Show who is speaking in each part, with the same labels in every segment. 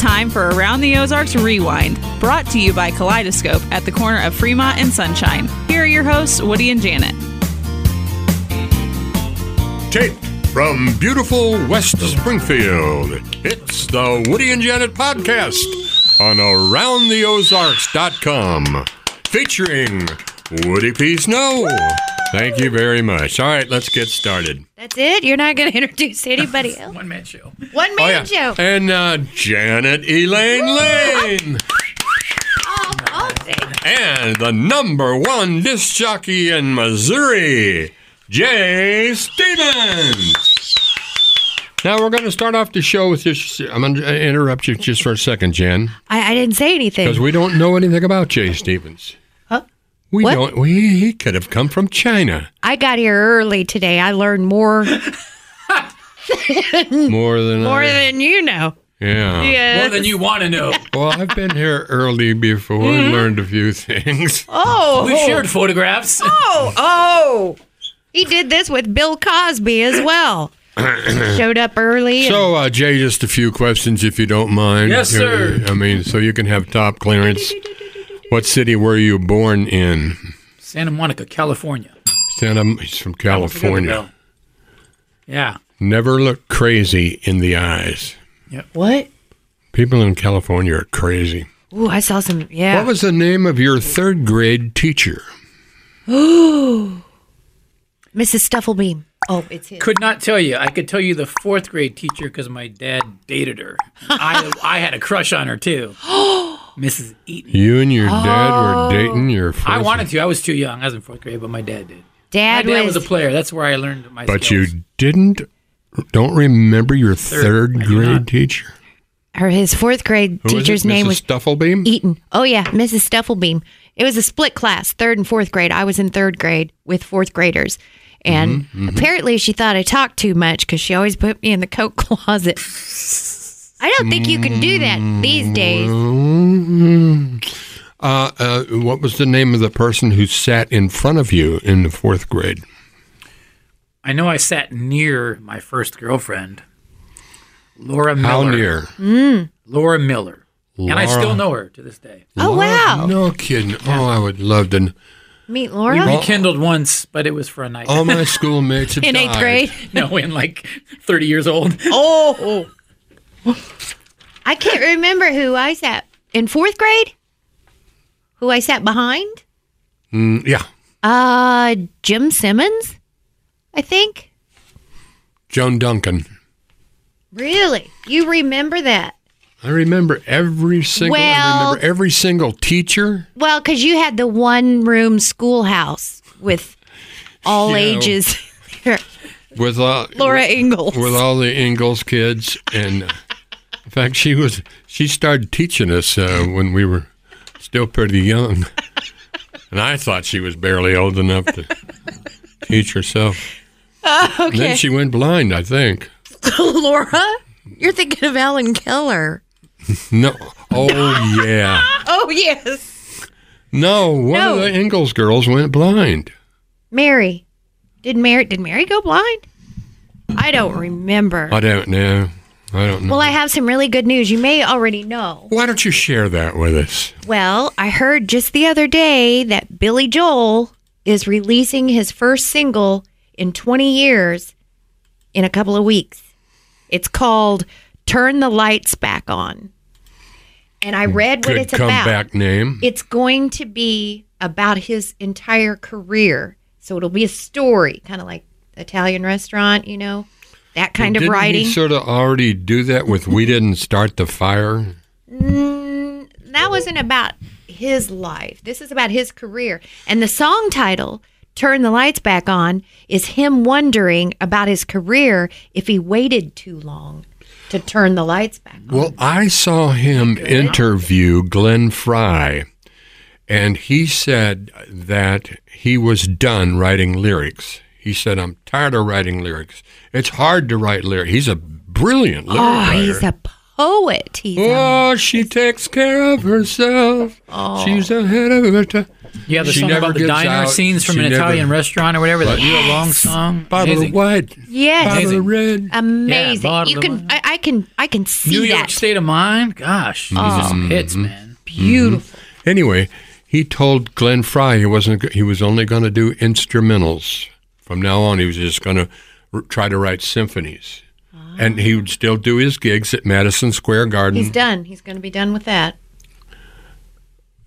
Speaker 1: time for Around the Ozarks Rewind, brought to you by Kaleidoscope at the corner of Fremont and Sunshine. Here are your hosts, Woody and Janet.
Speaker 2: Taped from beautiful West Springfield, it's the Woody and Janet podcast on AroundTheOzarks.com featuring Woody P. Snow. Thank you very much. All right, let's get started.
Speaker 3: That's it. You're not going to introduce anybody else.
Speaker 4: One man show.
Speaker 3: One
Speaker 2: Oh,
Speaker 3: man show.
Speaker 2: And uh, Janet Elaine Lane.
Speaker 3: Oh, oh, thank-
Speaker 2: And the number one disc jockey in Missouri, Jay Stevens. Now we're going to start off the show with this. I'm going to interrupt you just for a second, Jen,
Speaker 3: I, I didn't say anything.
Speaker 2: because we don't know anything about Jay Stevens.
Speaker 3: Huh?
Speaker 2: We
Speaker 3: What?
Speaker 2: don't. We he could have come from China.
Speaker 3: I got here early today. I learned more
Speaker 2: More than
Speaker 3: more
Speaker 2: I,
Speaker 3: than you know.
Speaker 2: yeah.
Speaker 3: Yeah.
Speaker 4: More than you want to know.
Speaker 2: Well, I've been here early before
Speaker 3: Mm-hmm.
Speaker 2: and learned a few things.
Speaker 3: Oh.
Speaker 4: We shared photographs.
Speaker 3: Oh, oh. He did this with Bill Cosby as well. Showed up early. and-
Speaker 2: So, uh, Jay, just a few questions, if you don't mind.
Speaker 4: Yes, sir.
Speaker 2: I mean, so you can have top clearance. What city were you born in?
Speaker 4: Santa Monica, California.
Speaker 2: Santa, he's from California.
Speaker 4: Yeah.
Speaker 2: Never look crazy in the eyes.
Speaker 3: what?
Speaker 2: People in California are crazy.
Speaker 3: Ooh, I saw some. Yeah.
Speaker 2: What was the name of your third grade teacher?
Speaker 3: Mrs. Stufflebeam. Oh, it's his.
Speaker 4: Could not tell you. I could tell you the fourth grade teacher because my dad dated her. I, I had a crush on her too. Mrs. Eaton.
Speaker 2: You and your dad were dating your first.
Speaker 4: Oh. I wanted to. I was too young. I was in fourth grade, but my dad did.
Speaker 3: Dad,
Speaker 4: my dad
Speaker 3: was.
Speaker 4: was, a player. That's where I learned my
Speaker 2: But you
Speaker 4: skills.
Speaker 2: didn't, don't remember your third,
Speaker 4: Third, I do
Speaker 2: grade
Speaker 4: not.
Speaker 2: teacher?
Speaker 3: her, his fourth grade
Speaker 2: Who was
Speaker 3: teacher's
Speaker 2: it?
Speaker 3: name
Speaker 2: Mrs.
Speaker 3: was
Speaker 2: Stufflebeam?
Speaker 3: Eaton. Oh yeah, Mrs. Stufflebeam. It was a split class, third and fourth grade. I was in third grade with fourth graders, and apparently she thought I talked too much because she always put me in the coat closet. I don't think you can do that these
Speaker 2: Mm.
Speaker 3: days.
Speaker 2: Mm-hmm. Uh, uh, what was the name of the person who sat in front of you in the fourth grade?
Speaker 4: I know I sat near my first girlfriend, Laura Miller.
Speaker 2: How near?
Speaker 4: Laura Miller. And I
Speaker 2: Laura.
Speaker 4: still know her to this day.
Speaker 3: Oh wow,
Speaker 2: No kidding. Oh, I would love to. kn-
Speaker 3: meet
Speaker 4: We
Speaker 3: Laura
Speaker 4: rekindled once, but it was for a night.
Speaker 2: All my schoolmates have
Speaker 3: in eighth
Speaker 2: died.
Speaker 3: grade.
Speaker 4: no, in like 30 years old.
Speaker 3: Oh, I can't remember who I sat in fourth grade. Who I sat behind?
Speaker 2: Mm, yeah,
Speaker 3: Uh, Jim Simmons, I think.
Speaker 2: Joan Duncan.
Speaker 3: Really? You remember that?
Speaker 2: I remember every single. I
Speaker 3: Well-
Speaker 2: remember every single teacher.
Speaker 3: Well, because you had the one room schoolhouse with all
Speaker 2: Yeah.
Speaker 3: ages. There.
Speaker 2: with uh, all
Speaker 3: Laura Ingalls.
Speaker 2: with all the Ingalls kids, and uh, in fact, she was she started teaching us uh, when we were still pretty young, and I thought she was barely old enough to teach herself.
Speaker 3: Oh,
Speaker 2: And then she went blind, I think.
Speaker 3: Laura? You're thinking of Alan Keller.
Speaker 2: No, oh yeah,
Speaker 3: Oh, yes.
Speaker 2: no, one
Speaker 3: No.
Speaker 2: of the Ingalls girls went blind.
Speaker 3: Mary. Did Mary did Mary go blind? I don't remember.
Speaker 2: I don't know. I don't know.
Speaker 3: Well, I have some really good news. You may already know.
Speaker 2: Why don't you share that with us?
Speaker 3: Well, I heard just the other day that Billy Joel is releasing his first single in 20 years in a couple of weeks. It's called Turn the Lights Back On. And I read what
Speaker 2: Hmm. Good
Speaker 3: it's about.
Speaker 2: comeback name.
Speaker 3: It's going to be about his entire career. So it'll be a story, kind of like Italian restaurant, you know, that kind of
Speaker 2: Didn't
Speaker 3: writing.
Speaker 2: He sort of already do that with "We Didn't Start the Fire."
Speaker 3: Mm, that wasn't about his life. This is about his career. And the song title, Turn the Lights Back On, is him wondering about his career if he waited too long to turn the lights back on.
Speaker 2: Well, I saw him interview Glenn Fry, and he said that he was done writing lyrics. He said, "I'm tired of writing lyrics. It's hard to write lyrics." He's a brilliant lyric
Speaker 3: Oh,
Speaker 2: writer.
Speaker 3: he's a poet. He's a- Oh.
Speaker 2: Oh, she takes care of herself. She's ahead of her time.
Speaker 4: Yeah, the
Speaker 2: She
Speaker 4: song
Speaker 2: never
Speaker 4: about the
Speaker 2: gives
Speaker 4: diner
Speaker 2: out.
Speaker 4: scenes from
Speaker 2: She
Speaker 4: an
Speaker 2: never-
Speaker 4: Italian restaurant or whatever. That
Speaker 2: Right.
Speaker 4: real long song.
Speaker 2: Bottle
Speaker 4: Amazing.
Speaker 2: of white,
Speaker 3: Yes.
Speaker 2: bottle
Speaker 4: Amazing.
Speaker 2: of red.
Speaker 3: Amazing.
Speaker 4: Yeah,
Speaker 3: you
Speaker 4: bottom
Speaker 3: can
Speaker 4: line.
Speaker 3: I, I can I can see
Speaker 4: New
Speaker 3: that.
Speaker 4: York State of Mind. Gosh, these are
Speaker 2: Um,
Speaker 4: some hits,
Speaker 2: mhm.
Speaker 4: man.
Speaker 3: Beautiful.
Speaker 2: Mm-hmm. Anyway, he told Glenn Fry he wasn't. He was only going to do instrumentals from now on. He was just going to r- try to write symphonies, and he would still do his gigs at Madison Square Garden.
Speaker 3: He's done. He's going to be done with that.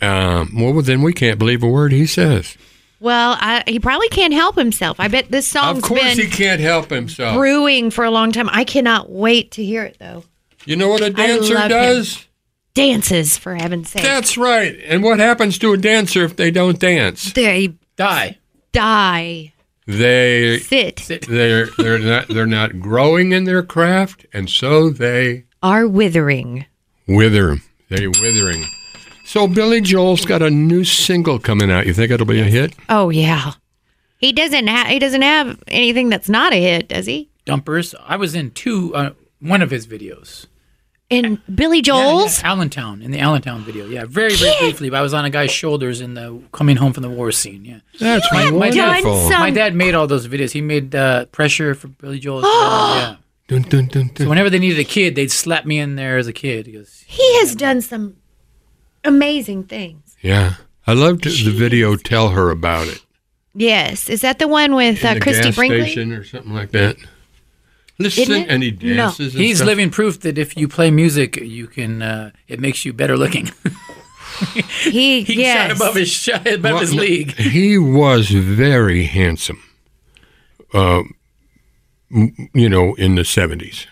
Speaker 2: Um, well, then we can't believe a word he says.
Speaker 3: Well, I, he probably can't help himself. I bet this song's
Speaker 2: Of course,
Speaker 3: been
Speaker 2: he can't help himself.
Speaker 3: brewing for a long time. I cannot wait to hear it though.
Speaker 2: you know what a dancer
Speaker 3: love him.
Speaker 2: does?
Speaker 3: Dances for heaven's sake.
Speaker 2: That's right. And what happens to a dancer if they don't dance?
Speaker 3: they
Speaker 4: Die.
Speaker 3: die.
Speaker 2: They
Speaker 3: Sit.
Speaker 2: they're they're not they're not growing in their craft, and so they
Speaker 3: Are withering.
Speaker 2: Wither. They withering. So Billy Joel's got a new single coming out. You think it'll be a hit?
Speaker 3: Oh yeah. He doesn't ha- he doesn't have anything that's not a hit, does he?
Speaker 4: Dumpers. I was in two, uh, one of his videos.
Speaker 3: And Billy Joel's?
Speaker 4: Yeah, yeah, Allentown in the Allentown video. Yeah, very very briefly. But I was on a guy's shoulders in the coming home from the war scene. Yeah,
Speaker 2: That's
Speaker 4: my dad,
Speaker 2: wonderful.
Speaker 3: some-
Speaker 4: my dad made all those videos. He made uh, pressure for Billy Joel. as well, yeah.
Speaker 2: Dun, dun, dun, dun.
Speaker 4: So whenever they needed a kid, they'd slap me in there as a kid. Because
Speaker 3: He has done some amazing things.
Speaker 2: Yeah. I loved the video Tell Her About It.
Speaker 3: Yes. Is that the one with
Speaker 2: In
Speaker 3: uh,
Speaker 2: the
Speaker 3: Christy
Speaker 2: gas
Speaker 3: Brinkley?
Speaker 2: station or something like that. Listen,
Speaker 3: it?
Speaker 2: and he
Speaker 3: No.
Speaker 2: dances. and
Speaker 4: he's
Speaker 2: stuff.
Speaker 4: living proof that if you play music, you can. Uh, it makes you better looking.
Speaker 3: He,
Speaker 4: he
Speaker 3: yes.
Speaker 4: shot above his shot above
Speaker 2: Well,
Speaker 4: his league.
Speaker 2: He was very handsome, uh, m- you know, in the 70s.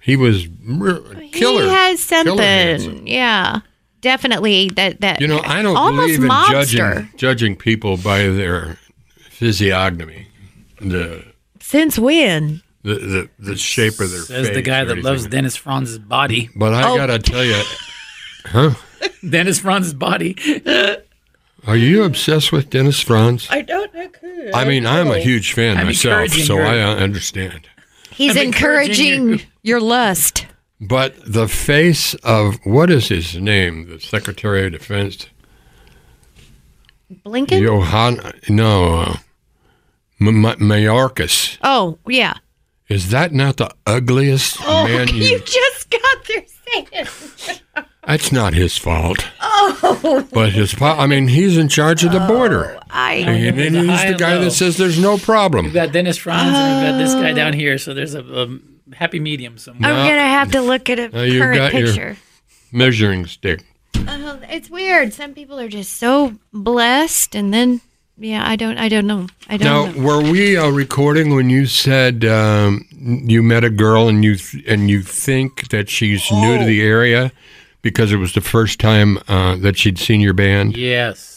Speaker 2: He was re- killer.
Speaker 3: He has
Speaker 2: killer handsome.
Speaker 3: something. Yeah. Definitely that that
Speaker 2: You know, I don't
Speaker 3: almost
Speaker 2: believe in
Speaker 3: mobster.
Speaker 2: judging judging people by their physiognomy, the
Speaker 3: Since when?
Speaker 2: the the, the shape of their
Speaker 4: Says
Speaker 2: face.
Speaker 4: the guy
Speaker 2: or
Speaker 4: that loves
Speaker 2: anything.
Speaker 4: Dennis Franz's body.
Speaker 2: But I
Speaker 3: Oh.
Speaker 2: gotta tell you,
Speaker 4: Dennis Franz's body.
Speaker 2: are you obsessed with Dennis Franz?
Speaker 3: I don't know.
Speaker 2: I mean, I'm a huge fan
Speaker 4: I'm
Speaker 2: myself,
Speaker 4: encouraging
Speaker 2: so
Speaker 4: her.
Speaker 2: I uh, understand.
Speaker 3: He's
Speaker 4: I'm encouraging
Speaker 3: encouraging, your lust.
Speaker 2: But the face of what is his name? The Secretary of Defense,
Speaker 3: Blinken?
Speaker 2: Johan? No, uh, M- M- Mayorkas.
Speaker 3: oh, yeah. Oh,
Speaker 2: Is that not the ugliest man?
Speaker 3: you,
Speaker 2: you
Speaker 3: just got through saying it.
Speaker 2: That's not his fault. Oh. But his fault. I mean, he's in charge of the border.
Speaker 3: Oh, I
Speaker 2: and then
Speaker 4: There's a high
Speaker 2: he's the
Speaker 4: and
Speaker 2: guy
Speaker 4: low.
Speaker 2: that says there's no problem.
Speaker 4: We've got Dennis Franz and we've got this guy down
Speaker 3: Oh.
Speaker 4: here. So there's a, a happy medium somewhere.
Speaker 3: I'm gonna have to look at a
Speaker 2: Now you've
Speaker 3: current
Speaker 2: got your-
Speaker 3: picture.
Speaker 2: Measuring stick.
Speaker 3: Oh, it's weird. Some people are just so blessed, and then yeah, I don't, I don't know, I
Speaker 2: Now,
Speaker 3: don't know.
Speaker 2: were we uh, recording when you said um, you met a girl and you th- and you think that she's new
Speaker 3: Oh.
Speaker 2: to the area because it was the first time uh, that she'd seen your band?
Speaker 4: Yes.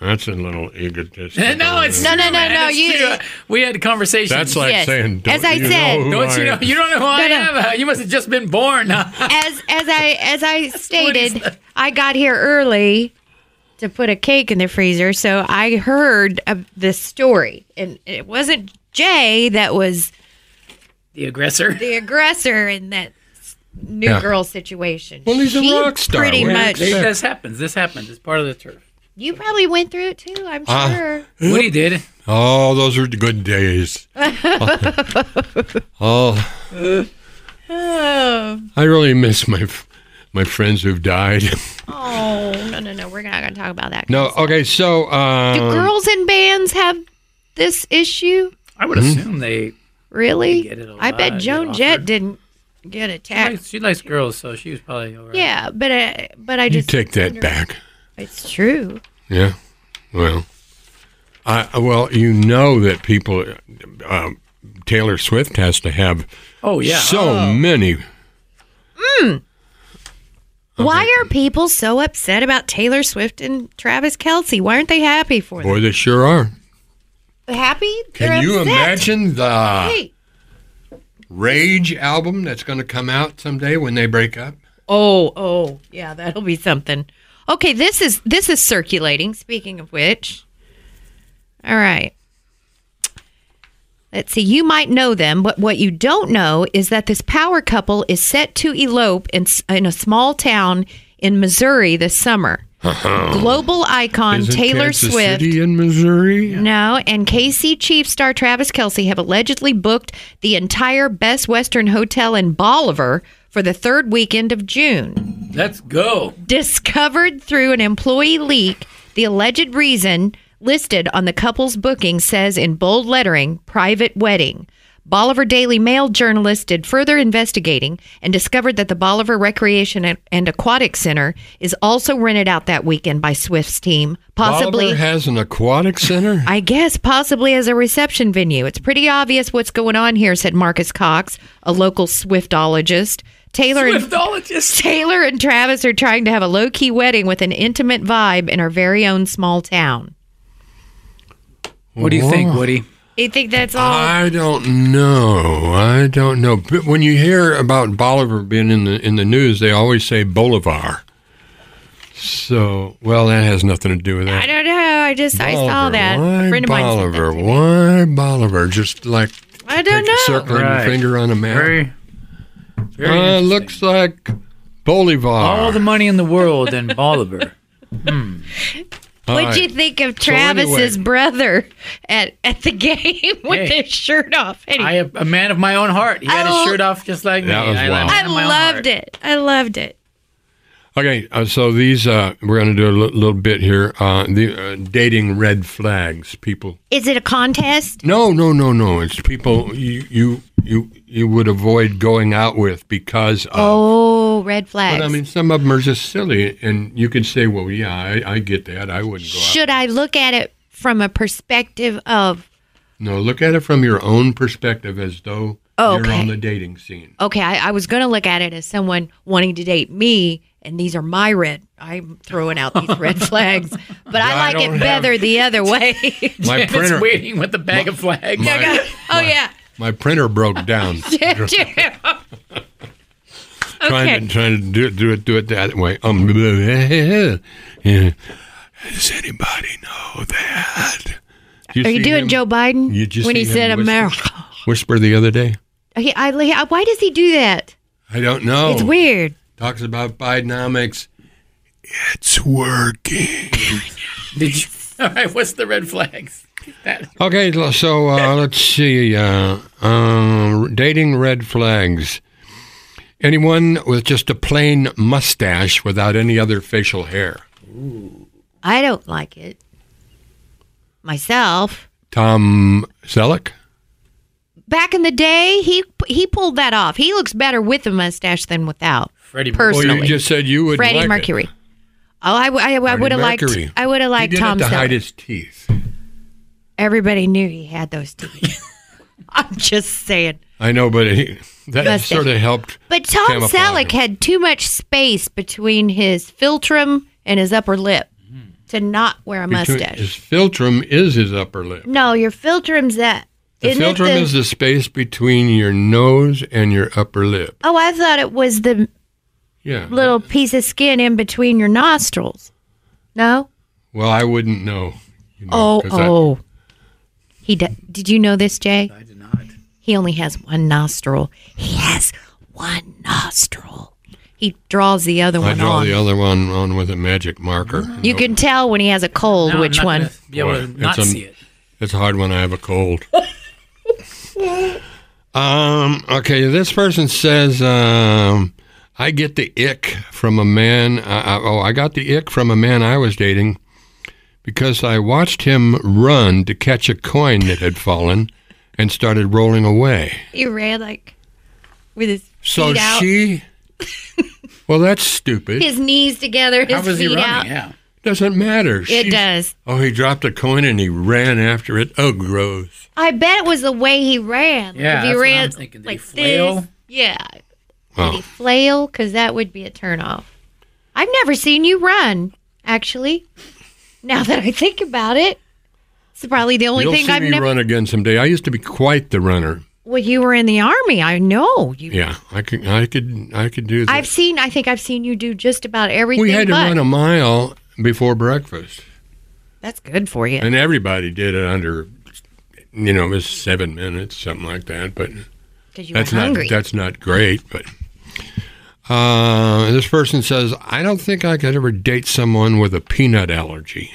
Speaker 2: That's a little egotistical.
Speaker 4: no, it's
Speaker 3: No, no,
Speaker 4: true,
Speaker 3: no,
Speaker 4: man.
Speaker 3: no,
Speaker 4: It's
Speaker 3: you-
Speaker 4: true. we had conversations.
Speaker 2: That's like
Speaker 3: Yes.
Speaker 2: saying, don't
Speaker 3: As I
Speaker 2: you
Speaker 3: said.
Speaker 2: know who
Speaker 4: don't you
Speaker 2: I
Speaker 4: know?
Speaker 2: am?
Speaker 4: You don't know who I
Speaker 3: No,
Speaker 4: am. Uh, You must have just been born.
Speaker 3: As as I as I stated, I got here early to put a cake in the freezer, so I heard uh, this story, and it wasn't Jay that was
Speaker 4: the aggressor.
Speaker 3: the aggressor in that s- new
Speaker 2: Yeah.
Speaker 3: girl situation.
Speaker 2: Well, he's a
Speaker 3: She
Speaker 2: rock star.
Speaker 3: Pretty
Speaker 2: What do you
Speaker 3: much.
Speaker 2: expect?
Speaker 4: This happens. This happens. It's part of the turf.
Speaker 3: You probably went through it too. I'm
Speaker 2: Uh,
Speaker 3: sure.
Speaker 4: Woody did.
Speaker 2: Oh, those were the good days. oh,
Speaker 3: Oh.
Speaker 2: I really miss my f- my friends who've died.
Speaker 3: Oh no no no! We're not going to talk about that.
Speaker 2: no, okay, so um,
Speaker 3: Do girls in bands have this issue?
Speaker 4: I would assume they.
Speaker 3: Really?
Speaker 4: They get it a
Speaker 3: I
Speaker 4: lot,
Speaker 3: bet
Speaker 4: get
Speaker 3: Joan
Speaker 4: offered.
Speaker 3: Jett didn't get
Speaker 4: She
Speaker 3: attacked.
Speaker 4: likes, she likes girls, so she was probably. All right.
Speaker 3: Yeah, but I, but I
Speaker 2: you
Speaker 3: just
Speaker 2: take that
Speaker 3: wonder-
Speaker 2: back.
Speaker 3: It's true.
Speaker 2: Yeah. Well, I well you know that people uh, Taylor Swift has to have
Speaker 4: Oh yeah.
Speaker 2: so many.
Speaker 3: Why are people so upset about Taylor Swift and Travis Kelsey? Why aren't they happy for them?
Speaker 2: Boy, they sure are.
Speaker 3: Happy?
Speaker 2: Can
Speaker 3: They're
Speaker 2: you
Speaker 3: upset.
Speaker 2: imagine the
Speaker 3: Hey.
Speaker 2: Rage album that's going to come out someday when they break up?
Speaker 3: Oh, oh, yeah, that'll be something. Okay, this is this is circulating. Speaking of which, all right. Let's see. You might know them, but what you don't know is that this power couple is set to elope in s- in a small town in Missouri this summer. global icon
Speaker 2: Uh-huh. Isn't
Speaker 3: Taylor
Speaker 2: Kansas
Speaker 3: Swift.
Speaker 2: City in Missouri?
Speaker 3: No, and KC Chief star Travis Kelsey have allegedly booked the entire Best Western Hotel in Bolivar for the third weekend of June.
Speaker 4: Oh, Let's go.
Speaker 3: Discovered through an employee leak, the alleged reason listed on the couple's booking says in bold lettering private wedding. Bolivar Daily Mail journalists did further investigating and discovered that the Bolivar Recreation and- and Aquatic Center is also rented out that weekend by Swift's team, possibly
Speaker 2: Bolivar has an aquatic center.
Speaker 3: I guess possibly as a reception venue. It's pretty obvious what's going on here, said Marcus Cox, a local Swiftologist. Taylor and
Speaker 4: Liftologist.
Speaker 3: Taylor and Travis are trying to have a low key wedding with an intimate vibe in our very own small town.
Speaker 4: What do you think, Woody?
Speaker 3: You think that's all?
Speaker 2: I don't know. I don't know. But when you hear about Bolivar being in the in the news, they always say Bolivar. So, well, that has nothing to do with
Speaker 3: I
Speaker 2: that.
Speaker 3: don't know. I just I saw
Speaker 2: Bolivar.
Speaker 3: that.
Speaker 2: Why
Speaker 3: a friend of mine sent that
Speaker 2: Bolivar?
Speaker 3: to me.
Speaker 2: Why Bolivar? Just like
Speaker 3: I don't
Speaker 2: take a
Speaker 3: know.
Speaker 2: circle and
Speaker 4: Right.
Speaker 2: your finger on a map.
Speaker 4: Very, very
Speaker 2: uh,
Speaker 4: interesting.
Speaker 2: looks like Bolivar.
Speaker 4: all the money in the world in Bolivar.
Speaker 3: What'd
Speaker 2: All
Speaker 3: you
Speaker 2: right.
Speaker 3: think of Travis's
Speaker 2: anyway-
Speaker 3: brother at at the game with
Speaker 4: Hey.
Speaker 3: his shirt off? Anyway,
Speaker 4: I am a man of my own heart. He had
Speaker 3: Oh.
Speaker 4: his shirt off just like
Speaker 2: That
Speaker 4: me.
Speaker 2: was
Speaker 4: I,
Speaker 2: wild.
Speaker 3: I loved it. I loved it.
Speaker 2: Okay, uh, so these uh, we're going to do a li- little bit here. Uh, the uh, dating red flags, people.
Speaker 3: Is it a contest?
Speaker 2: No, no, no, no. It's people you you you you would avoid going out with because of.
Speaker 3: Oh, red flags.
Speaker 2: But I mean, some of them are just silly, and you could say, "Well, yeah, I, I get that. I wouldn't go out."
Speaker 3: Should I look at it from a perspective of,
Speaker 2: No, look at it from your own perspective, as though you're
Speaker 3: Okay.
Speaker 2: on the dating scene.
Speaker 3: okay, I, I was going to look at it as someone wanting to date me, and these are my red. I'm throwing out these red flags, but
Speaker 2: Yeah, I
Speaker 3: I like
Speaker 2: don't
Speaker 3: it
Speaker 2: have-
Speaker 3: better the other way.
Speaker 2: My
Speaker 4: If it's
Speaker 2: printer,
Speaker 4: waiting with the bag of flags.
Speaker 2: my,
Speaker 3: oh, yeah.
Speaker 2: my printer broke down. Trying to trying to do it do it do it that way. Um, yeah. Does anybody know that?
Speaker 3: Are you
Speaker 2: see
Speaker 3: doing
Speaker 2: him-
Speaker 3: Joe Biden
Speaker 2: You just
Speaker 3: when he
Speaker 2: see him
Speaker 3: said
Speaker 2: whisper?
Speaker 3: America?
Speaker 2: Whisper the other day.
Speaker 3: He, I, he- I- why does he do that?
Speaker 2: I don't know.
Speaker 3: It's weird.
Speaker 2: Talks about Bidenomics. It's working.
Speaker 4: Did you? All right. What's the red flags? That,
Speaker 2: Okay, l- so uh, let's see. Uh, um, dating red flags. Anyone with just a plain mustache without any other facial hair.
Speaker 3: I don't like it myself.
Speaker 2: Tom Selleck.
Speaker 3: Back in the day, he he pulled that off. He looks better with a mustache than without.
Speaker 4: Freddie.
Speaker 3: Person-
Speaker 2: Well, you
Speaker 3: Personally.
Speaker 2: just said you would.
Speaker 3: Freddie
Speaker 2: like it.
Speaker 3: Mercury. Oh, I, w- I, w- I
Speaker 2: Freddie
Speaker 3: would have liked.
Speaker 2: Mercury.
Speaker 3: I would have liked
Speaker 2: he did
Speaker 3: Tom.
Speaker 2: it to hide
Speaker 3: Selleck.
Speaker 2: his teeth.
Speaker 3: Everybody knew he had those teeth. I'm just saying.
Speaker 2: I know, but he, that
Speaker 3: Mustache.
Speaker 2: sort of helped.
Speaker 3: But Tom
Speaker 2: camouflage
Speaker 3: Selleck
Speaker 2: it.
Speaker 3: had too much space between his philtrum and his upper lip to not wear a
Speaker 2: Mm-hmm. Between-
Speaker 3: mustache.
Speaker 2: His philtrum is his upper lip.
Speaker 3: no, your philtrum's that.
Speaker 2: The
Speaker 3: isn't it
Speaker 2: philtrum
Speaker 3: the-
Speaker 2: is the space between your nose and your upper lip.
Speaker 3: Oh, I thought it was the
Speaker 2: Yeah.
Speaker 3: little piece of skin in between your nostrils. No.
Speaker 2: Well, I wouldn't know. you know,
Speaker 3: Oh,
Speaker 2: 'cause I-
Speaker 3: oh. He d- did you know this, Jay?
Speaker 4: I did not.
Speaker 3: He only has one nostril. He has one nostril. He draws the other
Speaker 2: I
Speaker 3: one
Speaker 2: draw
Speaker 3: on.
Speaker 2: the other one on with a magic marker.
Speaker 3: you can tell when he has a cold
Speaker 4: No, I'm
Speaker 3: which
Speaker 4: not
Speaker 3: one.
Speaker 4: gonna Be able to
Speaker 2: Boy,
Speaker 4: not
Speaker 2: it's a-
Speaker 4: see it.
Speaker 2: It's hard when I have a cold. um. Okay. This person says, um, "I get the ick from a man. I, I, oh, I got the ick from a man I was dating because I watched him run to catch a coin that had fallen and started rolling away.
Speaker 3: He ran like with his
Speaker 2: So
Speaker 3: feet out,
Speaker 2: she. Well, that's stupid.
Speaker 3: his knees together, his
Speaker 4: How was he
Speaker 3: feet
Speaker 4: running?
Speaker 3: out.
Speaker 4: Yeah.
Speaker 2: Doesn't matter.
Speaker 3: It does.
Speaker 2: Oh, he dropped a coin and he ran after it. Oh, gross.
Speaker 3: I bet it was the way he ran. Like,
Speaker 4: Yeah,
Speaker 3: if he
Speaker 4: that's what
Speaker 3: ran
Speaker 4: I'm thinking. Did he
Speaker 3: like
Speaker 4: flail?
Speaker 3: this. Yeah, did he
Speaker 2: Oh,
Speaker 3: flail? Because that would be a turnoff. I've never seen you run. Actually, now that I think about it, it's probably the only
Speaker 2: you'll
Speaker 3: thing
Speaker 2: see
Speaker 3: I've
Speaker 2: me
Speaker 3: never.
Speaker 2: run again someday. I used to be quite the runner.
Speaker 3: Well, you were in the army. I know you.
Speaker 2: Yeah, I could, I could, I could do that.
Speaker 3: I've seen. I think I've seen you do just about everything.
Speaker 2: we had to
Speaker 3: but-
Speaker 2: run a mile before breakfast,
Speaker 3: That's good for you.
Speaker 2: and everybody did it under, you know, it was seven minutes, something like that. But
Speaker 3: Because you were
Speaker 2: that's
Speaker 3: hungry.
Speaker 2: not that's not great. But Uh, this person says, I don't think I could ever date someone with a peanut allergy.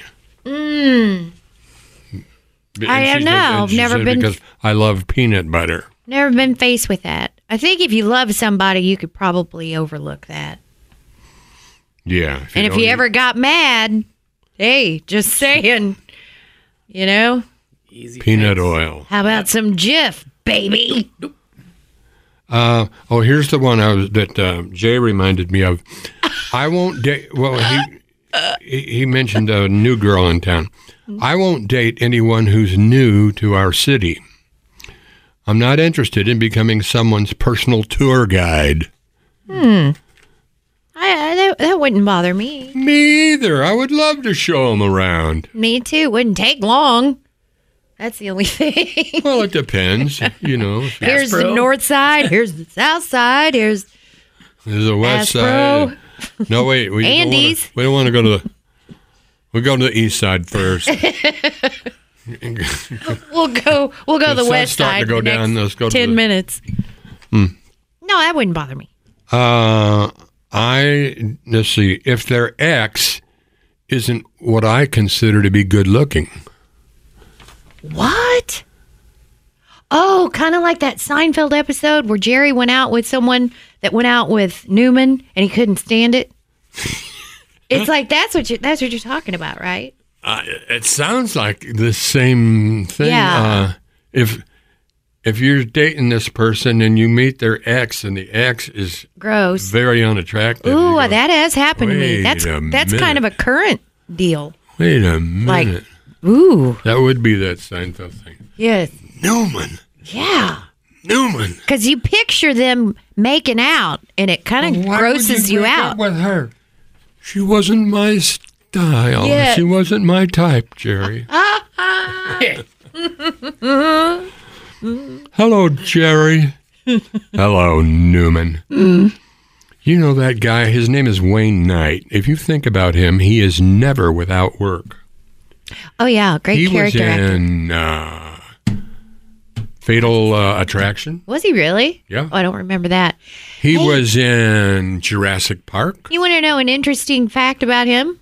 Speaker 2: Mm.
Speaker 3: I don't know. I've never been-
Speaker 2: Because I love peanut butter.
Speaker 3: Never been faced with that. I think if you love somebody, you could probably overlook that.
Speaker 2: Yeah.
Speaker 3: and if
Speaker 2: don't
Speaker 3: you
Speaker 2: eat-
Speaker 3: ever got mad, hey, just saying, you know,
Speaker 4: Easy.
Speaker 2: Peanut oil.
Speaker 3: how about some Jif, baby?
Speaker 2: Uh, oh, here's the one I was that uh, Jay reminded me of. I won't date. Well, he he he mentioned a new girl in town. I won't date anyone who's new to our city. I'm not interested in becoming someone's personal tour guide.
Speaker 3: I, I that, that wouldn't bother me.
Speaker 2: Me either. I would love to show them around.
Speaker 3: Me too. Wouldn't take long. That's the only thing.
Speaker 2: Well, it depends, you know. if
Speaker 3: here's the
Speaker 4: Aspro.
Speaker 3: north side. Here's the south side. Here's
Speaker 2: There's a west
Speaker 3: Hasbro.
Speaker 2: side. No, wait. We don't wanna-
Speaker 3: Andes.
Speaker 2: we don't want to go to the. We go to the east side first.
Speaker 3: we'll go. We'll
Speaker 2: The
Speaker 3: go the,
Speaker 2: sun's
Speaker 3: west
Speaker 2: starting
Speaker 3: side.
Speaker 2: to go
Speaker 3: the next
Speaker 2: down. Hmm. Let's go to
Speaker 3: ten
Speaker 2: the-
Speaker 3: minutes. No, that wouldn't bother me.
Speaker 2: Uh, I let's see if their ex isn't what I consider to be good looking.
Speaker 3: What? Oh, kind of like that Seinfeld episode where Jerry went out with someone that went out with Newman and he couldn't stand it. it's like that's what you that's what you're talking about, right?
Speaker 2: Uh, it sounds like the same thing.
Speaker 3: Yeah.
Speaker 2: Uh, if if you're dating this person and you meet their ex and the ex is
Speaker 3: Gross.
Speaker 2: very unattractive, you
Speaker 3: Ooh,
Speaker 2: go,
Speaker 3: that has happened to me.
Speaker 2: "Wait
Speaker 3: That's
Speaker 2: a
Speaker 3: that's kind of a current deal.
Speaker 2: wait a minute,
Speaker 3: Ooh,
Speaker 2: that would be that Seinfeld thing.
Speaker 3: yes,
Speaker 2: Newman,
Speaker 3: yeah.
Speaker 2: Newman,
Speaker 3: Because you picture them making out, and it kind of
Speaker 2: Why would
Speaker 3: grosses you,
Speaker 2: break up
Speaker 3: out.
Speaker 2: with her. She wasn't my style.
Speaker 3: Yeah.
Speaker 2: She wasn't my type, Jerry. Hello, Jerry. Hello, Newman.
Speaker 3: Mm.
Speaker 2: You know that guy? His name is Wayne Knight. If you think about him, he is never without work.
Speaker 3: oh yeah, great
Speaker 2: he was
Speaker 3: character actor.
Speaker 2: in uh, Fatal uh, Attraction.
Speaker 3: Was he really?
Speaker 2: Yeah.
Speaker 3: Oh, I don't remember that.
Speaker 2: He was in Jurassic Park.
Speaker 3: You want to know an interesting fact about him?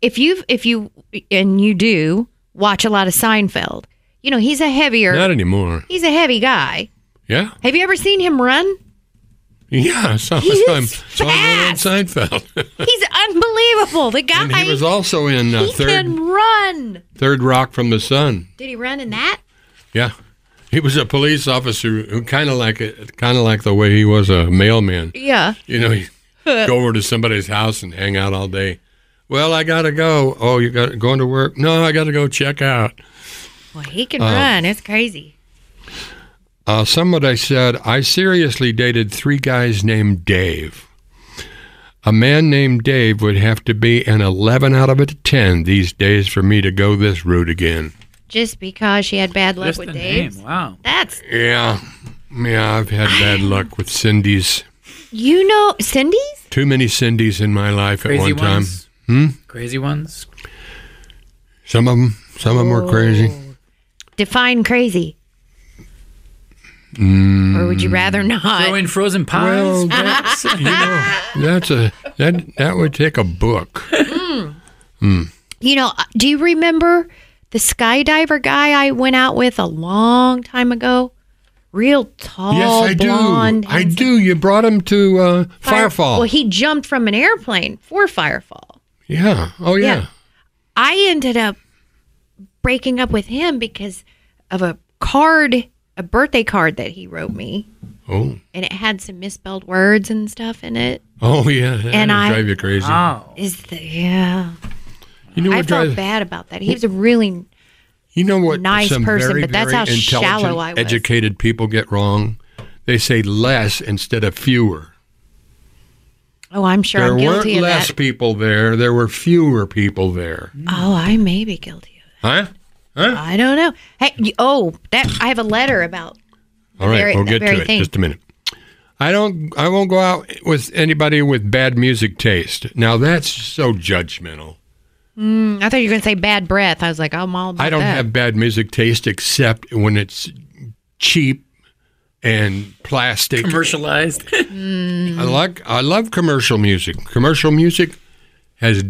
Speaker 3: If you if you and you do watch a lot of Seinfeld, you know he's a heavier
Speaker 2: Not anymore.
Speaker 3: he's a heavy guy.
Speaker 2: Yeah,
Speaker 3: Have you ever seen him run?
Speaker 2: yeah. I saw, I
Speaker 3: He
Speaker 2: saw him.
Speaker 3: is
Speaker 2: Saw him on Seinfeld.
Speaker 3: He's unbelievable. The guy
Speaker 2: and he was also in uh,
Speaker 3: he
Speaker 2: third
Speaker 3: can run.
Speaker 2: Third Rock from the Sun.
Speaker 3: Did he run in that?
Speaker 2: Yeah, he was a police officer who kind of like it, kind of like the way he was a mailman.
Speaker 3: Yeah.
Speaker 2: You know, he go over to somebody's house and hang out all day. Well, I gotta go. Oh, you got going to work? No, I gotta go check out.
Speaker 3: Well, he
Speaker 2: Oh.
Speaker 3: can run. It's crazy.
Speaker 2: Uh, somebody said I seriously dated three guys named Dave. A man named Dave would have to be an 11 out of a 10 these days for me to go this route again.
Speaker 3: Just because she had bad luck
Speaker 4: Just the
Speaker 3: with Dave.
Speaker 4: name. Wow.
Speaker 3: That's
Speaker 2: Yeah, yeah, I've had bad luck with Cindy's.
Speaker 3: you know Cindy's.
Speaker 2: Too many Cindy's in my life at
Speaker 4: Crazy
Speaker 2: one time.
Speaker 4: ones. Crazy ones.
Speaker 2: Some of them, some of them were crazy.
Speaker 3: Define crazy.
Speaker 2: Mm.
Speaker 3: Or would you rather not?
Speaker 4: Throw in frozen pies.
Speaker 2: Well, that's, you know, that's a that that would take a book.
Speaker 3: You know, uh, do you remember the skydiver guy I went out with a long time ago? Real tall,
Speaker 2: yes, I do.
Speaker 3: Oh, blonde.
Speaker 2: I
Speaker 3: handsome
Speaker 2: do. You brought him to uh,
Speaker 3: fire-
Speaker 2: Firefall.
Speaker 3: Well, he jumped from an airplane for Firefall.
Speaker 2: yeah. Oh yeah.
Speaker 3: I ended up breaking up with him because of a card, a birthday card that he wrote me,
Speaker 2: Oh.
Speaker 3: and it had some misspelled words and stuff in it.
Speaker 2: Oh yeah. That
Speaker 3: And
Speaker 2: would
Speaker 3: I-
Speaker 2: drive you crazy.
Speaker 4: Wow.
Speaker 3: Is the yeah?
Speaker 2: you know
Speaker 3: I
Speaker 2: what
Speaker 3: felt
Speaker 2: drives
Speaker 3: bad about that. He was a really
Speaker 2: you know what
Speaker 3: nice
Speaker 2: some
Speaker 3: person,
Speaker 2: very,
Speaker 3: but that's
Speaker 2: very
Speaker 3: how
Speaker 2: intelligent,
Speaker 3: shallow I was.
Speaker 2: educated people get wrong. They say less instead of fewer.
Speaker 3: oh, I'm sure
Speaker 2: There
Speaker 3: I'm
Speaker 2: weren't
Speaker 3: guilty of
Speaker 2: less
Speaker 3: that.
Speaker 2: people there. There were fewer people there.
Speaker 3: Oh, I may be guilty of
Speaker 2: Huh? Huh?
Speaker 3: I don't know. Hey, you- oh, that I have a letter about.
Speaker 2: All right,
Speaker 3: very-
Speaker 2: we'll
Speaker 3: that
Speaker 2: get
Speaker 3: very
Speaker 2: to it
Speaker 3: thing.
Speaker 2: just a minute. I don't. I won't go out with anybody with bad music taste. Now that's so judgmental.
Speaker 3: I thought you were going to say bad breath. I was like, I'm all. About
Speaker 2: I don't
Speaker 3: that.
Speaker 2: have bad music taste except when it's cheap and plastic.
Speaker 4: Commercialized.
Speaker 2: I like I love commercial music. Commercial music has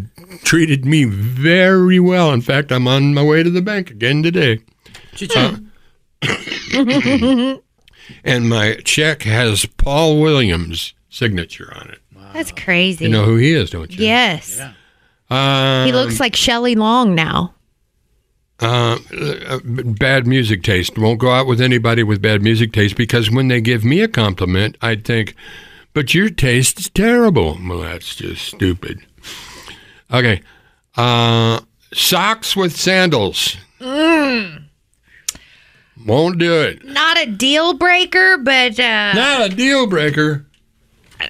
Speaker 2: treated me very well. In fact, I'm on my way to the bank again today. and my check has Paul Williams' signature on it.
Speaker 3: That's crazy.
Speaker 2: You know who he is, don't you?
Speaker 3: yes.
Speaker 2: Uh,
Speaker 3: He looks like Shelley Long now.
Speaker 2: uh, uh, bad music taste. Won't go out with anybody with bad music taste because when they give me a compliment, I think, but your taste is terrible. Well, that's just stupid. Okay. Uh, socks with sandals. Won't do it.
Speaker 3: Not a deal breaker, but uh,
Speaker 2: Not a deal breaker. I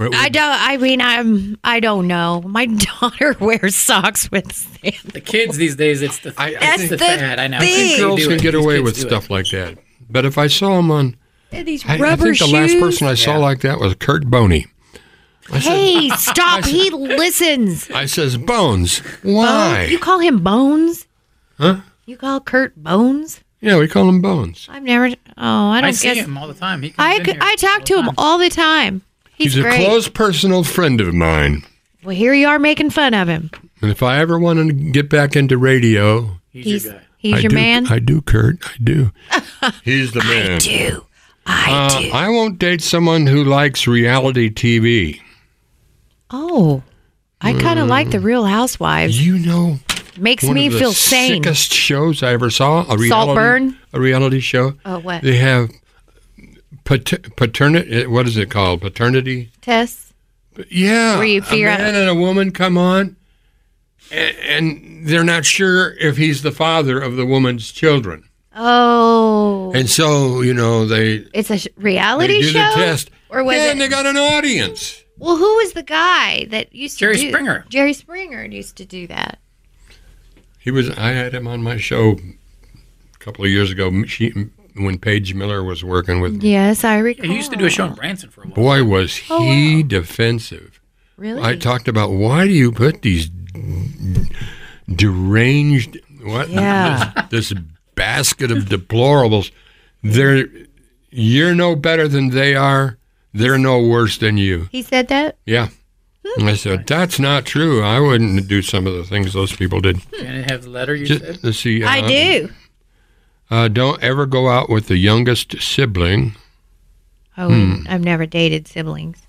Speaker 3: I don't. I mean, I'm. I don't know. My daughter wears socks with sandals.
Speaker 4: the kids these days, it's the,
Speaker 2: I- I
Speaker 4: it's
Speaker 2: think-
Speaker 4: the
Speaker 3: That's the
Speaker 4: fad. I know.
Speaker 3: thing.
Speaker 4: Kids do
Speaker 2: Girls
Speaker 4: it.
Speaker 2: can get
Speaker 4: These
Speaker 2: away
Speaker 4: kids
Speaker 2: with
Speaker 4: do it.
Speaker 2: stuff like that. But if I saw them on,
Speaker 3: They're These
Speaker 2: I, I
Speaker 3: rubber
Speaker 2: think the
Speaker 3: shoes.
Speaker 2: last person I saw like that was Kurt Boney.
Speaker 3: hey, stop! he listens.
Speaker 2: I says, Bones,
Speaker 3: Bones?
Speaker 2: why?
Speaker 3: You call him Bones?
Speaker 2: Huh?
Speaker 3: You call Kurt Bones?
Speaker 2: Yeah, we call him Bones.
Speaker 3: I've never. Oh, I
Speaker 4: I,
Speaker 3: don't
Speaker 4: see
Speaker 3: guess.
Speaker 4: him all the time. He comes
Speaker 3: I
Speaker 4: in
Speaker 3: c-
Speaker 4: here
Speaker 3: I talk to
Speaker 4: all
Speaker 3: him
Speaker 4: the time.
Speaker 3: all the time. He's,
Speaker 2: He's a
Speaker 3: great.
Speaker 2: close personal friend of mine.
Speaker 3: well, here you are making fun of him.
Speaker 2: And if I ever want to get back into radio,
Speaker 4: He's,
Speaker 3: He's
Speaker 4: your guy.
Speaker 3: he's
Speaker 2: I
Speaker 3: your
Speaker 2: do,
Speaker 3: man.
Speaker 2: I do, Kurt. I do. He's the man. I do. I do. I won't date someone who likes reality TV.
Speaker 3: oh, I kind of like the Real Housewives.
Speaker 2: Mm. You know,
Speaker 3: Makes
Speaker 2: one
Speaker 3: me
Speaker 2: of the
Speaker 3: feel sane.
Speaker 2: sickest shows I ever saw. A reality,
Speaker 3: Saltburn?
Speaker 2: A reality show.
Speaker 3: Oh, what?
Speaker 2: They have pater- paternity. What is it called? Paternity.
Speaker 3: Tess.
Speaker 2: Yeah,
Speaker 3: Where you figure
Speaker 2: a
Speaker 3: out-
Speaker 2: man and a woman come on, and, and they're not sure if he's the father of the woman's children,
Speaker 3: Oh,
Speaker 2: and so you know they
Speaker 3: it's a sh-
Speaker 2: they
Speaker 3: reality
Speaker 2: do
Speaker 3: show.
Speaker 2: the test,
Speaker 3: Or was
Speaker 2: yeah,
Speaker 3: it?
Speaker 2: and they got an audience.
Speaker 3: well, who was the guy that used to
Speaker 4: Jerry
Speaker 3: do-
Speaker 4: Springer.
Speaker 3: Jerry Springer used to do that.
Speaker 2: He was. I had him on my show a couple of years ago. She, when Paige Miller was working with, me.
Speaker 3: Yes, I recall.
Speaker 4: He used to do a show in Branson for a while.
Speaker 2: boy, was he
Speaker 3: Oh,
Speaker 2: defensive.
Speaker 3: Really?
Speaker 2: I talked about why do you put these deranged what
Speaker 3: Yeah.
Speaker 2: this, this basket of deplorables they're you're no better than they are they're no worse than you
Speaker 3: he said that.
Speaker 2: yeah
Speaker 3: Hmm.
Speaker 2: and I said that's not true I wouldn't do some of the things those people did
Speaker 4: And it has the letter you
Speaker 2: Just,
Speaker 4: said.
Speaker 2: let's see
Speaker 3: I
Speaker 2: uh,
Speaker 3: do.
Speaker 2: uh, don't ever go out with the youngest sibling
Speaker 3: Oh,
Speaker 2: Hmm.
Speaker 3: I've never dated siblings.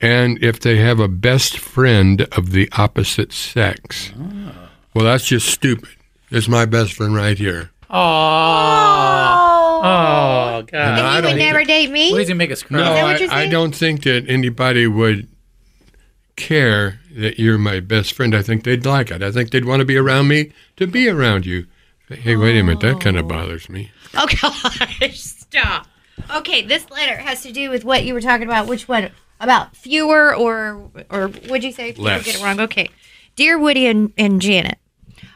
Speaker 2: and if they have a best friend of the opposite sex well that's just stupid it's my best friend right here
Speaker 4: Oh, oh, God.
Speaker 2: I
Speaker 3: you would
Speaker 2: don't
Speaker 3: never date
Speaker 4: What
Speaker 3: me.
Speaker 4: does he make us cry?
Speaker 2: No,
Speaker 3: what
Speaker 2: I,
Speaker 3: you're
Speaker 2: I
Speaker 3: saying?
Speaker 2: don't think that anybody would care that you're my best friend. I think they'd like it. I think they'd want to be around me to be around you. But, Hey, wait a minute. That kind of bothers me.
Speaker 3: Oh gosh, stop. Okay, this letter has to do with what you were talking about. Which one? About fewer or or would you say fewer?
Speaker 2: Less.
Speaker 3: Get it wrong. Okay, dear Woody and, and Janet,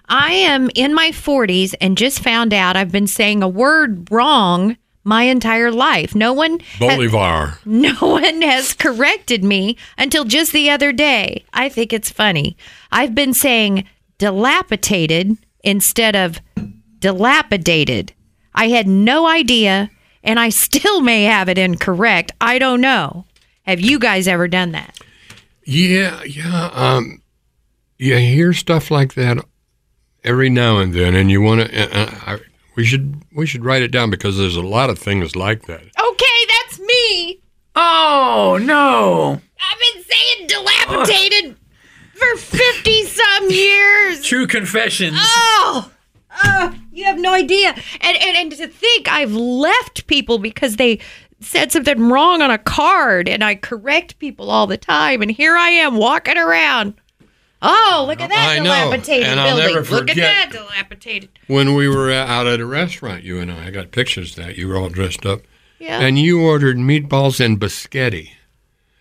Speaker 3: I am in my forties and just found out I've been saying a word wrong my entire life. No one
Speaker 2: Bolivar.
Speaker 3: No one has corrected me until just the other day. I think it's funny. I've been saying dilapidated instead of dilapidated. I had no idea, and I still may have it incorrect. I don't know. Have you guys ever done that?
Speaker 2: Yeah, yeah. Um, you hear stuff like that every now and then, and you want to. Uh, uh, I- we should we should write it down because there's a lot of things like that.
Speaker 3: Okay, that's me.
Speaker 4: Oh, no.
Speaker 3: I've been saying dilapidated for 50 some years.
Speaker 4: True confessions.
Speaker 3: Oh, oh, you have no idea. And, and and to think I've left people because they said something wrong on a card, and I correct people all the time, and here I am walking around. Oh, look at that
Speaker 2: I know,
Speaker 3: dilapidated
Speaker 2: and I'll
Speaker 3: building.
Speaker 2: never
Speaker 3: look at
Speaker 2: forget.
Speaker 3: that dilapidated.
Speaker 2: When we were uh, out at a restaurant, you and I, I got pictures of that you were all dressed up,
Speaker 3: Yeah.
Speaker 2: and you ordered meatballs and biscotti.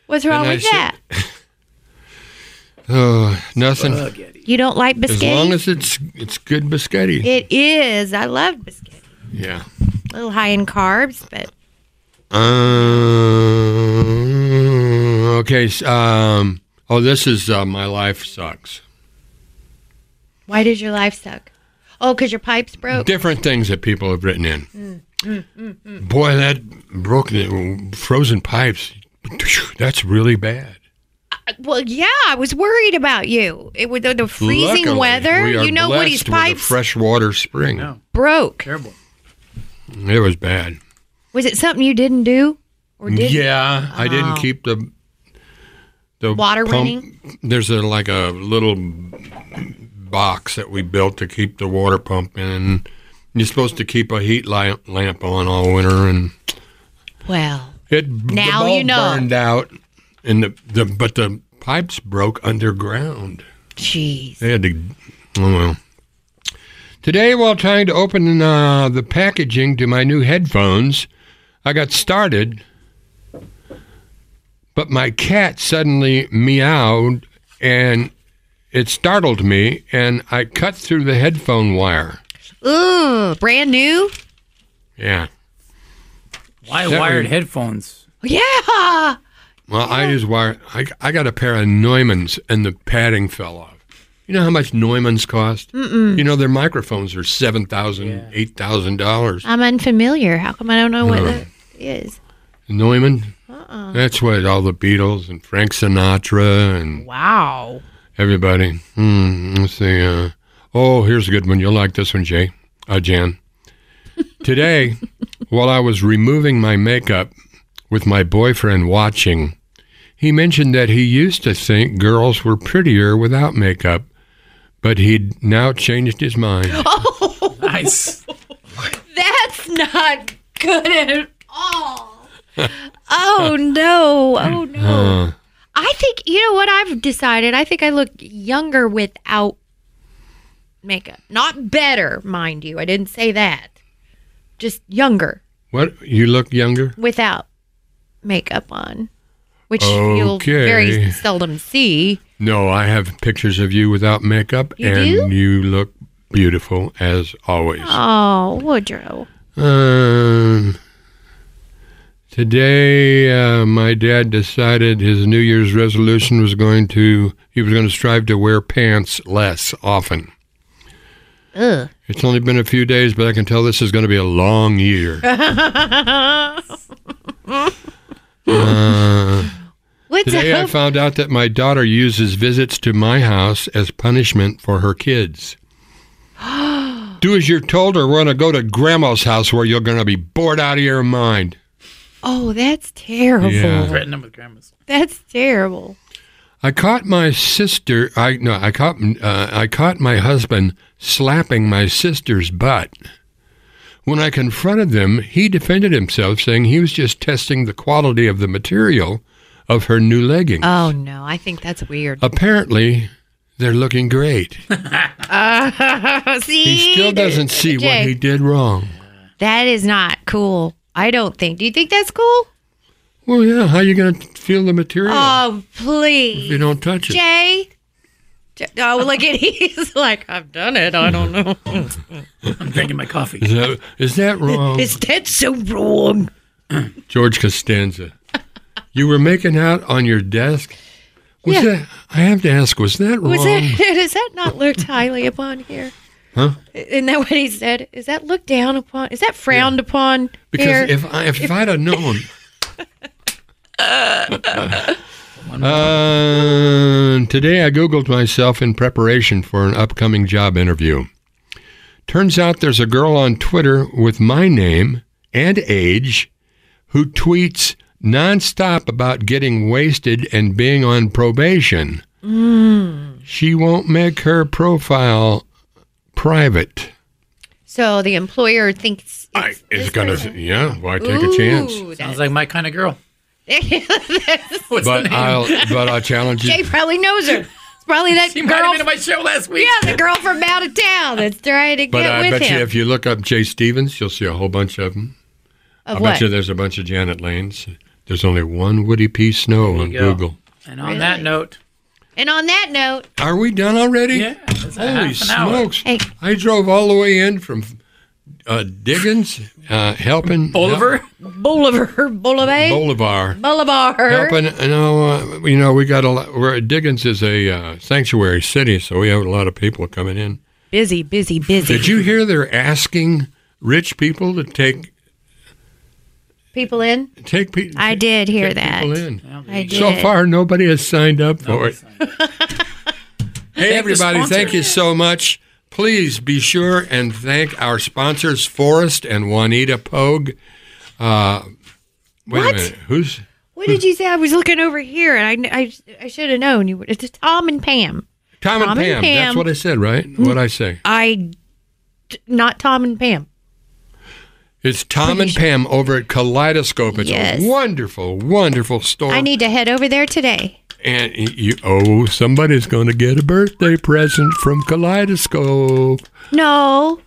Speaker 3: What's wrong
Speaker 2: and I
Speaker 3: with
Speaker 2: said-
Speaker 3: that?
Speaker 2: Oh, nothing.
Speaker 3: You don't like
Speaker 2: As
Speaker 3: biscuit?
Speaker 2: long as it's it's good biscotti.
Speaker 3: it is. I love biscuit.
Speaker 2: Yeah.
Speaker 3: A little high in carbs, but
Speaker 2: Um, okay. s- Um, oh, this is uh, my life sucks.
Speaker 3: why does your life suck? Oh, because your pipes broke?
Speaker 2: different things that people have written in. Boy, that broken, frozen pipes, that's really bad.
Speaker 3: Well, yeah, I was worried about you. It was the, the freezing
Speaker 2: Luckily,
Speaker 3: weather.
Speaker 2: we are
Speaker 3: You know
Speaker 2: blessed
Speaker 3: Woody's
Speaker 2: with a
Speaker 3: pipes
Speaker 2: freshwater spring.
Speaker 4: No.
Speaker 3: broke.
Speaker 4: Terrible.
Speaker 2: It was bad.
Speaker 3: Was it something you didn't do? Or did
Speaker 2: yeah, I didn't keep the the
Speaker 3: Water
Speaker 2: pump-
Speaker 3: running?
Speaker 2: There's a, like a little box that we built to keep the water pump in. You're supposed to keep a heat lamp, lamp on all winter, and
Speaker 3: Well,
Speaker 2: it
Speaker 3: Now
Speaker 2: the bulb
Speaker 3: you know.
Speaker 2: burned out, and the, the but the pipes broke underground.
Speaker 3: jeez.
Speaker 2: They had to. Oh well. Today, while trying to open uh, the packaging to my new headphones, I got started, but my cat suddenly meowed and it startled me, and I cut through the headphone wire.
Speaker 3: Ooh, brand new?
Speaker 2: Yeah.
Speaker 4: Why
Speaker 2: That
Speaker 4: wired
Speaker 2: would-
Speaker 4: headphones?
Speaker 3: Yeah.
Speaker 2: Well, I just wire. I, I got a pair of Neumanns, and the padding fell off. You know how much Neumanns cost? Mm-mm. You know their microphones are seven thousand, eight thousand dollars.
Speaker 3: I'm unfamiliar. How come I don't know what that is?
Speaker 2: Neumann. Uh-uh. That's what all the Beatles and Frank Sinatra and
Speaker 1: Wow.
Speaker 2: everybody. Hmm, let's see. Uh, oh, here's a good one. You'll like this one, Jay. Uh, Jan. Today, while I was removing my makeup with my boyfriend watching, he mentioned that he used to think girls were prettier without makeup, but he'd now changed his mind.
Speaker 4: Nice.
Speaker 3: That's not good at all. oh no. Oh no.
Speaker 2: Uh,
Speaker 3: I think you know what I've decided. I think I look younger without makeup. Not better, mind you. I didn't say that. Just younger
Speaker 2: what? You look younger?
Speaker 3: without makeup on, which you'll
Speaker 2: Okay.
Speaker 3: very seldom see.
Speaker 2: No, I have pictures of you without makeup,
Speaker 3: You
Speaker 2: and you look beautiful as always.
Speaker 3: Oh, Woodrow.
Speaker 2: Um, today, uh, my dad decided his New Year's resolution was going to he was going to strive to wear pants less often.
Speaker 3: Ugh.
Speaker 2: It's only been a few days, but I can tell this is going to be a long year. Uh,
Speaker 3: What's
Speaker 2: Today I
Speaker 3: up?
Speaker 2: found out that my daughter uses visits to my house as punishment for her kids. Do as you're told, or we're going to go to grandma's house where you're going to be bored out of your mind.
Speaker 3: oh, that's terrible.
Speaker 2: Yeah.
Speaker 4: Threaten them with grandmas.
Speaker 3: That's terrible.
Speaker 2: I caught my sister. I no, I caught. Uh, I caught my husband slapping my sister's butt. When I confronted them, he defended himself, saying he was just testing the quality of the material of her new leggings.
Speaker 3: Oh no, I think that's weird.
Speaker 2: Apparently, they're looking great.
Speaker 3: see,
Speaker 2: He still doesn't see what
Speaker 3: Jay.
Speaker 2: he did wrong.
Speaker 3: That is not cool. I don't think. Do you think that's cool?
Speaker 2: Well, yeah. How you gonna feel the material
Speaker 3: Oh,
Speaker 2: if you
Speaker 3: please,
Speaker 2: don't touch it?
Speaker 3: Jay. J- Oh, look at he's like I've done it. I don't know.
Speaker 4: I'm drinking my coffee.
Speaker 2: Is that, is that wrong,
Speaker 3: Is that so wrong?
Speaker 2: George Costanza? You were making out on your desk. Was
Speaker 3: Yeah.
Speaker 2: that? I have to ask. Was that wrong?
Speaker 3: Was that is that not looked highly upon here?
Speaker 2: Huh?
Speaker 3: Isn't that what he said? Is that looked down upon? Is that frowned upon
Speaker 2: Because
Speaker 3: here?
Speaker 2: if I if, I'd have known. Uh, today I googled myself in preparation for an upcoming job interview. Turns out there's a girl on Twitter with my name and age who tweets nonstop about getting wasted and being on probation.
Speaker 3: Hmm.
Speaker 2: She won't make her profile private.
Speaker 3: so the employer thinks
Speaker 2: I, it's gonna, yeah. Why take
Speaker 3: Ooh,
Speaker 2: a chance?
Speaker 3: that-
Speaker 4: Sounds like my kind of girl. What's the
Speaker 2: But
Speaker 4: name?
Speaker 2: I'll but I challenge you.
Speaker 3: Jay probably knows her. It's probably that
Speaker 4: she might have
Speaker 3: girl.
Speaker 4: been in my show last week.
Speaker 3: yeah, the girl from out of town that's trying to
Speaker 2: But
Speaker 3: get
Speaker 2: I
Speaker 3: with
Speaker 2: bet
Speaker 3: him.
Speaker 2: you if you look up Jay Stevens, you'll see a whole bunch of them.
Speaker 3: of
Speaker 2: I
Speaker 3: what?
Speaker 2: bet you there's a bunch of Janet Lanes. There's only one Woody P. Snow on
Speaker 4: you go.
Speaker 2: Google.
Speaker 4: And on that note,
Speaker 3: and on that note,
Speaker 2: Are we done already?
Speaker 4: yeah, that's a
Speaker 2: Holy
Speaker 4: half an hour.
Speaker 2: smokes.
Speaker 3: Hey.
Speaker 2: I drove all the way in from uh, Diggins, uh, helping
Speaker 4: Oliver,
Speaker 3: Boulevard, Boulevard,
Speaker 2: Bolivar.
Speaker 3: Boulevard.
Speaker 2: Helping, you know, uh, you know, we got a lot. We're, Diggins is a uh, sanctuary city, so we have a lot of people coming in.
Speaker 3: busy, busy, busy.
Speaker 2: Did you hear they're asking rich people to take
Speaker 3: People in?
Speaker 2: take pe-
Speaker 3: I did hear that.
Speaker 2: people in?
Speaker 3: I did.
Speaker 2: So far, nobody has signed up for it. hey,
Speaker 4: the
Speaker 2: everybody,
Speaker 4: sponsor.
Speaker 2: thank you so much. Please be sure and thank our sponsors, Forrest and Juanita Pogue. Uh, wait
Speaker 3: What?
Speaker 2: a minute. Who's
Speaker 3: What did you say? I was looking over here, and I, I, I should have known you. would- It's Tom and Pam.
Speaker 2: Tom,
Speaker 3: Tom and
Speaker 2: and Pam?
Speaker 3: Pam. Hmm.
Speaker 2: That's what I said, right? What I say?
Speaker 3: I, d- not Tom and Pam.
Speaker 2: It's Tom and Pam over at Kaleidoscope. It's
Speaker 3: Yes.
Speaker 2: a wonderful, wonderful store.
Speaker 3: I need to head over there today.
Speaker 2: and you, oh, somebody's going to get a birthday present from Kaleidoscope.
Speaker 3: No,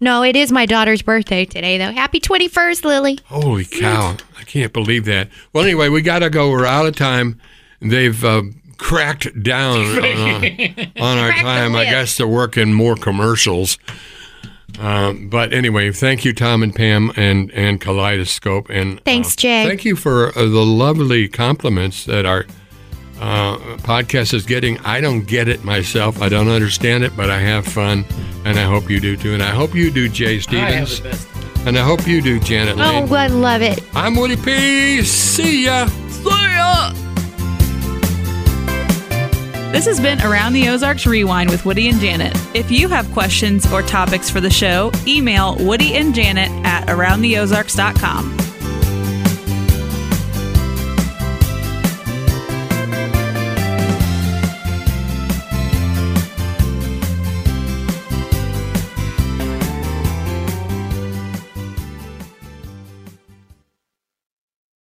Speaker 3: no, it is my daughter's birthday today, though. Happy twenty first, Lily.
Speaker 2: Holy cow. I can't believe that. Well, anyway, we got to go. We're out of time. They've uh, cracked down on, on our
Speaker 3: Cracked the
Speaker 2: time. I
Speaker 3: whip.
Speaker 2: guess they're working more commercials. Um, but anyway, thank you, Tom and Pam and, and Kaleidoscope. And uh,
Speaker 3: Thanks, Jay.
Speaker 2: Thank you for uh, the lovely compliments that our uh, podcast is getting. I don't get it myself. I don't understand it, but I have fun. And I hope you do too. And I hope you do, Jay
Speaker 4: I have
Speaker 2: Stevens.
Speaker 4: the best.
Speaker 2: And I hope you do, Janet Lane.
Speaker 3: Oh, I love it.
Speaker 2: I'm Woody P. See ya.
Speaker 1: This has been Around the Ozarks Rewind with Woody and Janet. If you have questions or topics for the show, email Woody and Janet at aroundtheozarks.com.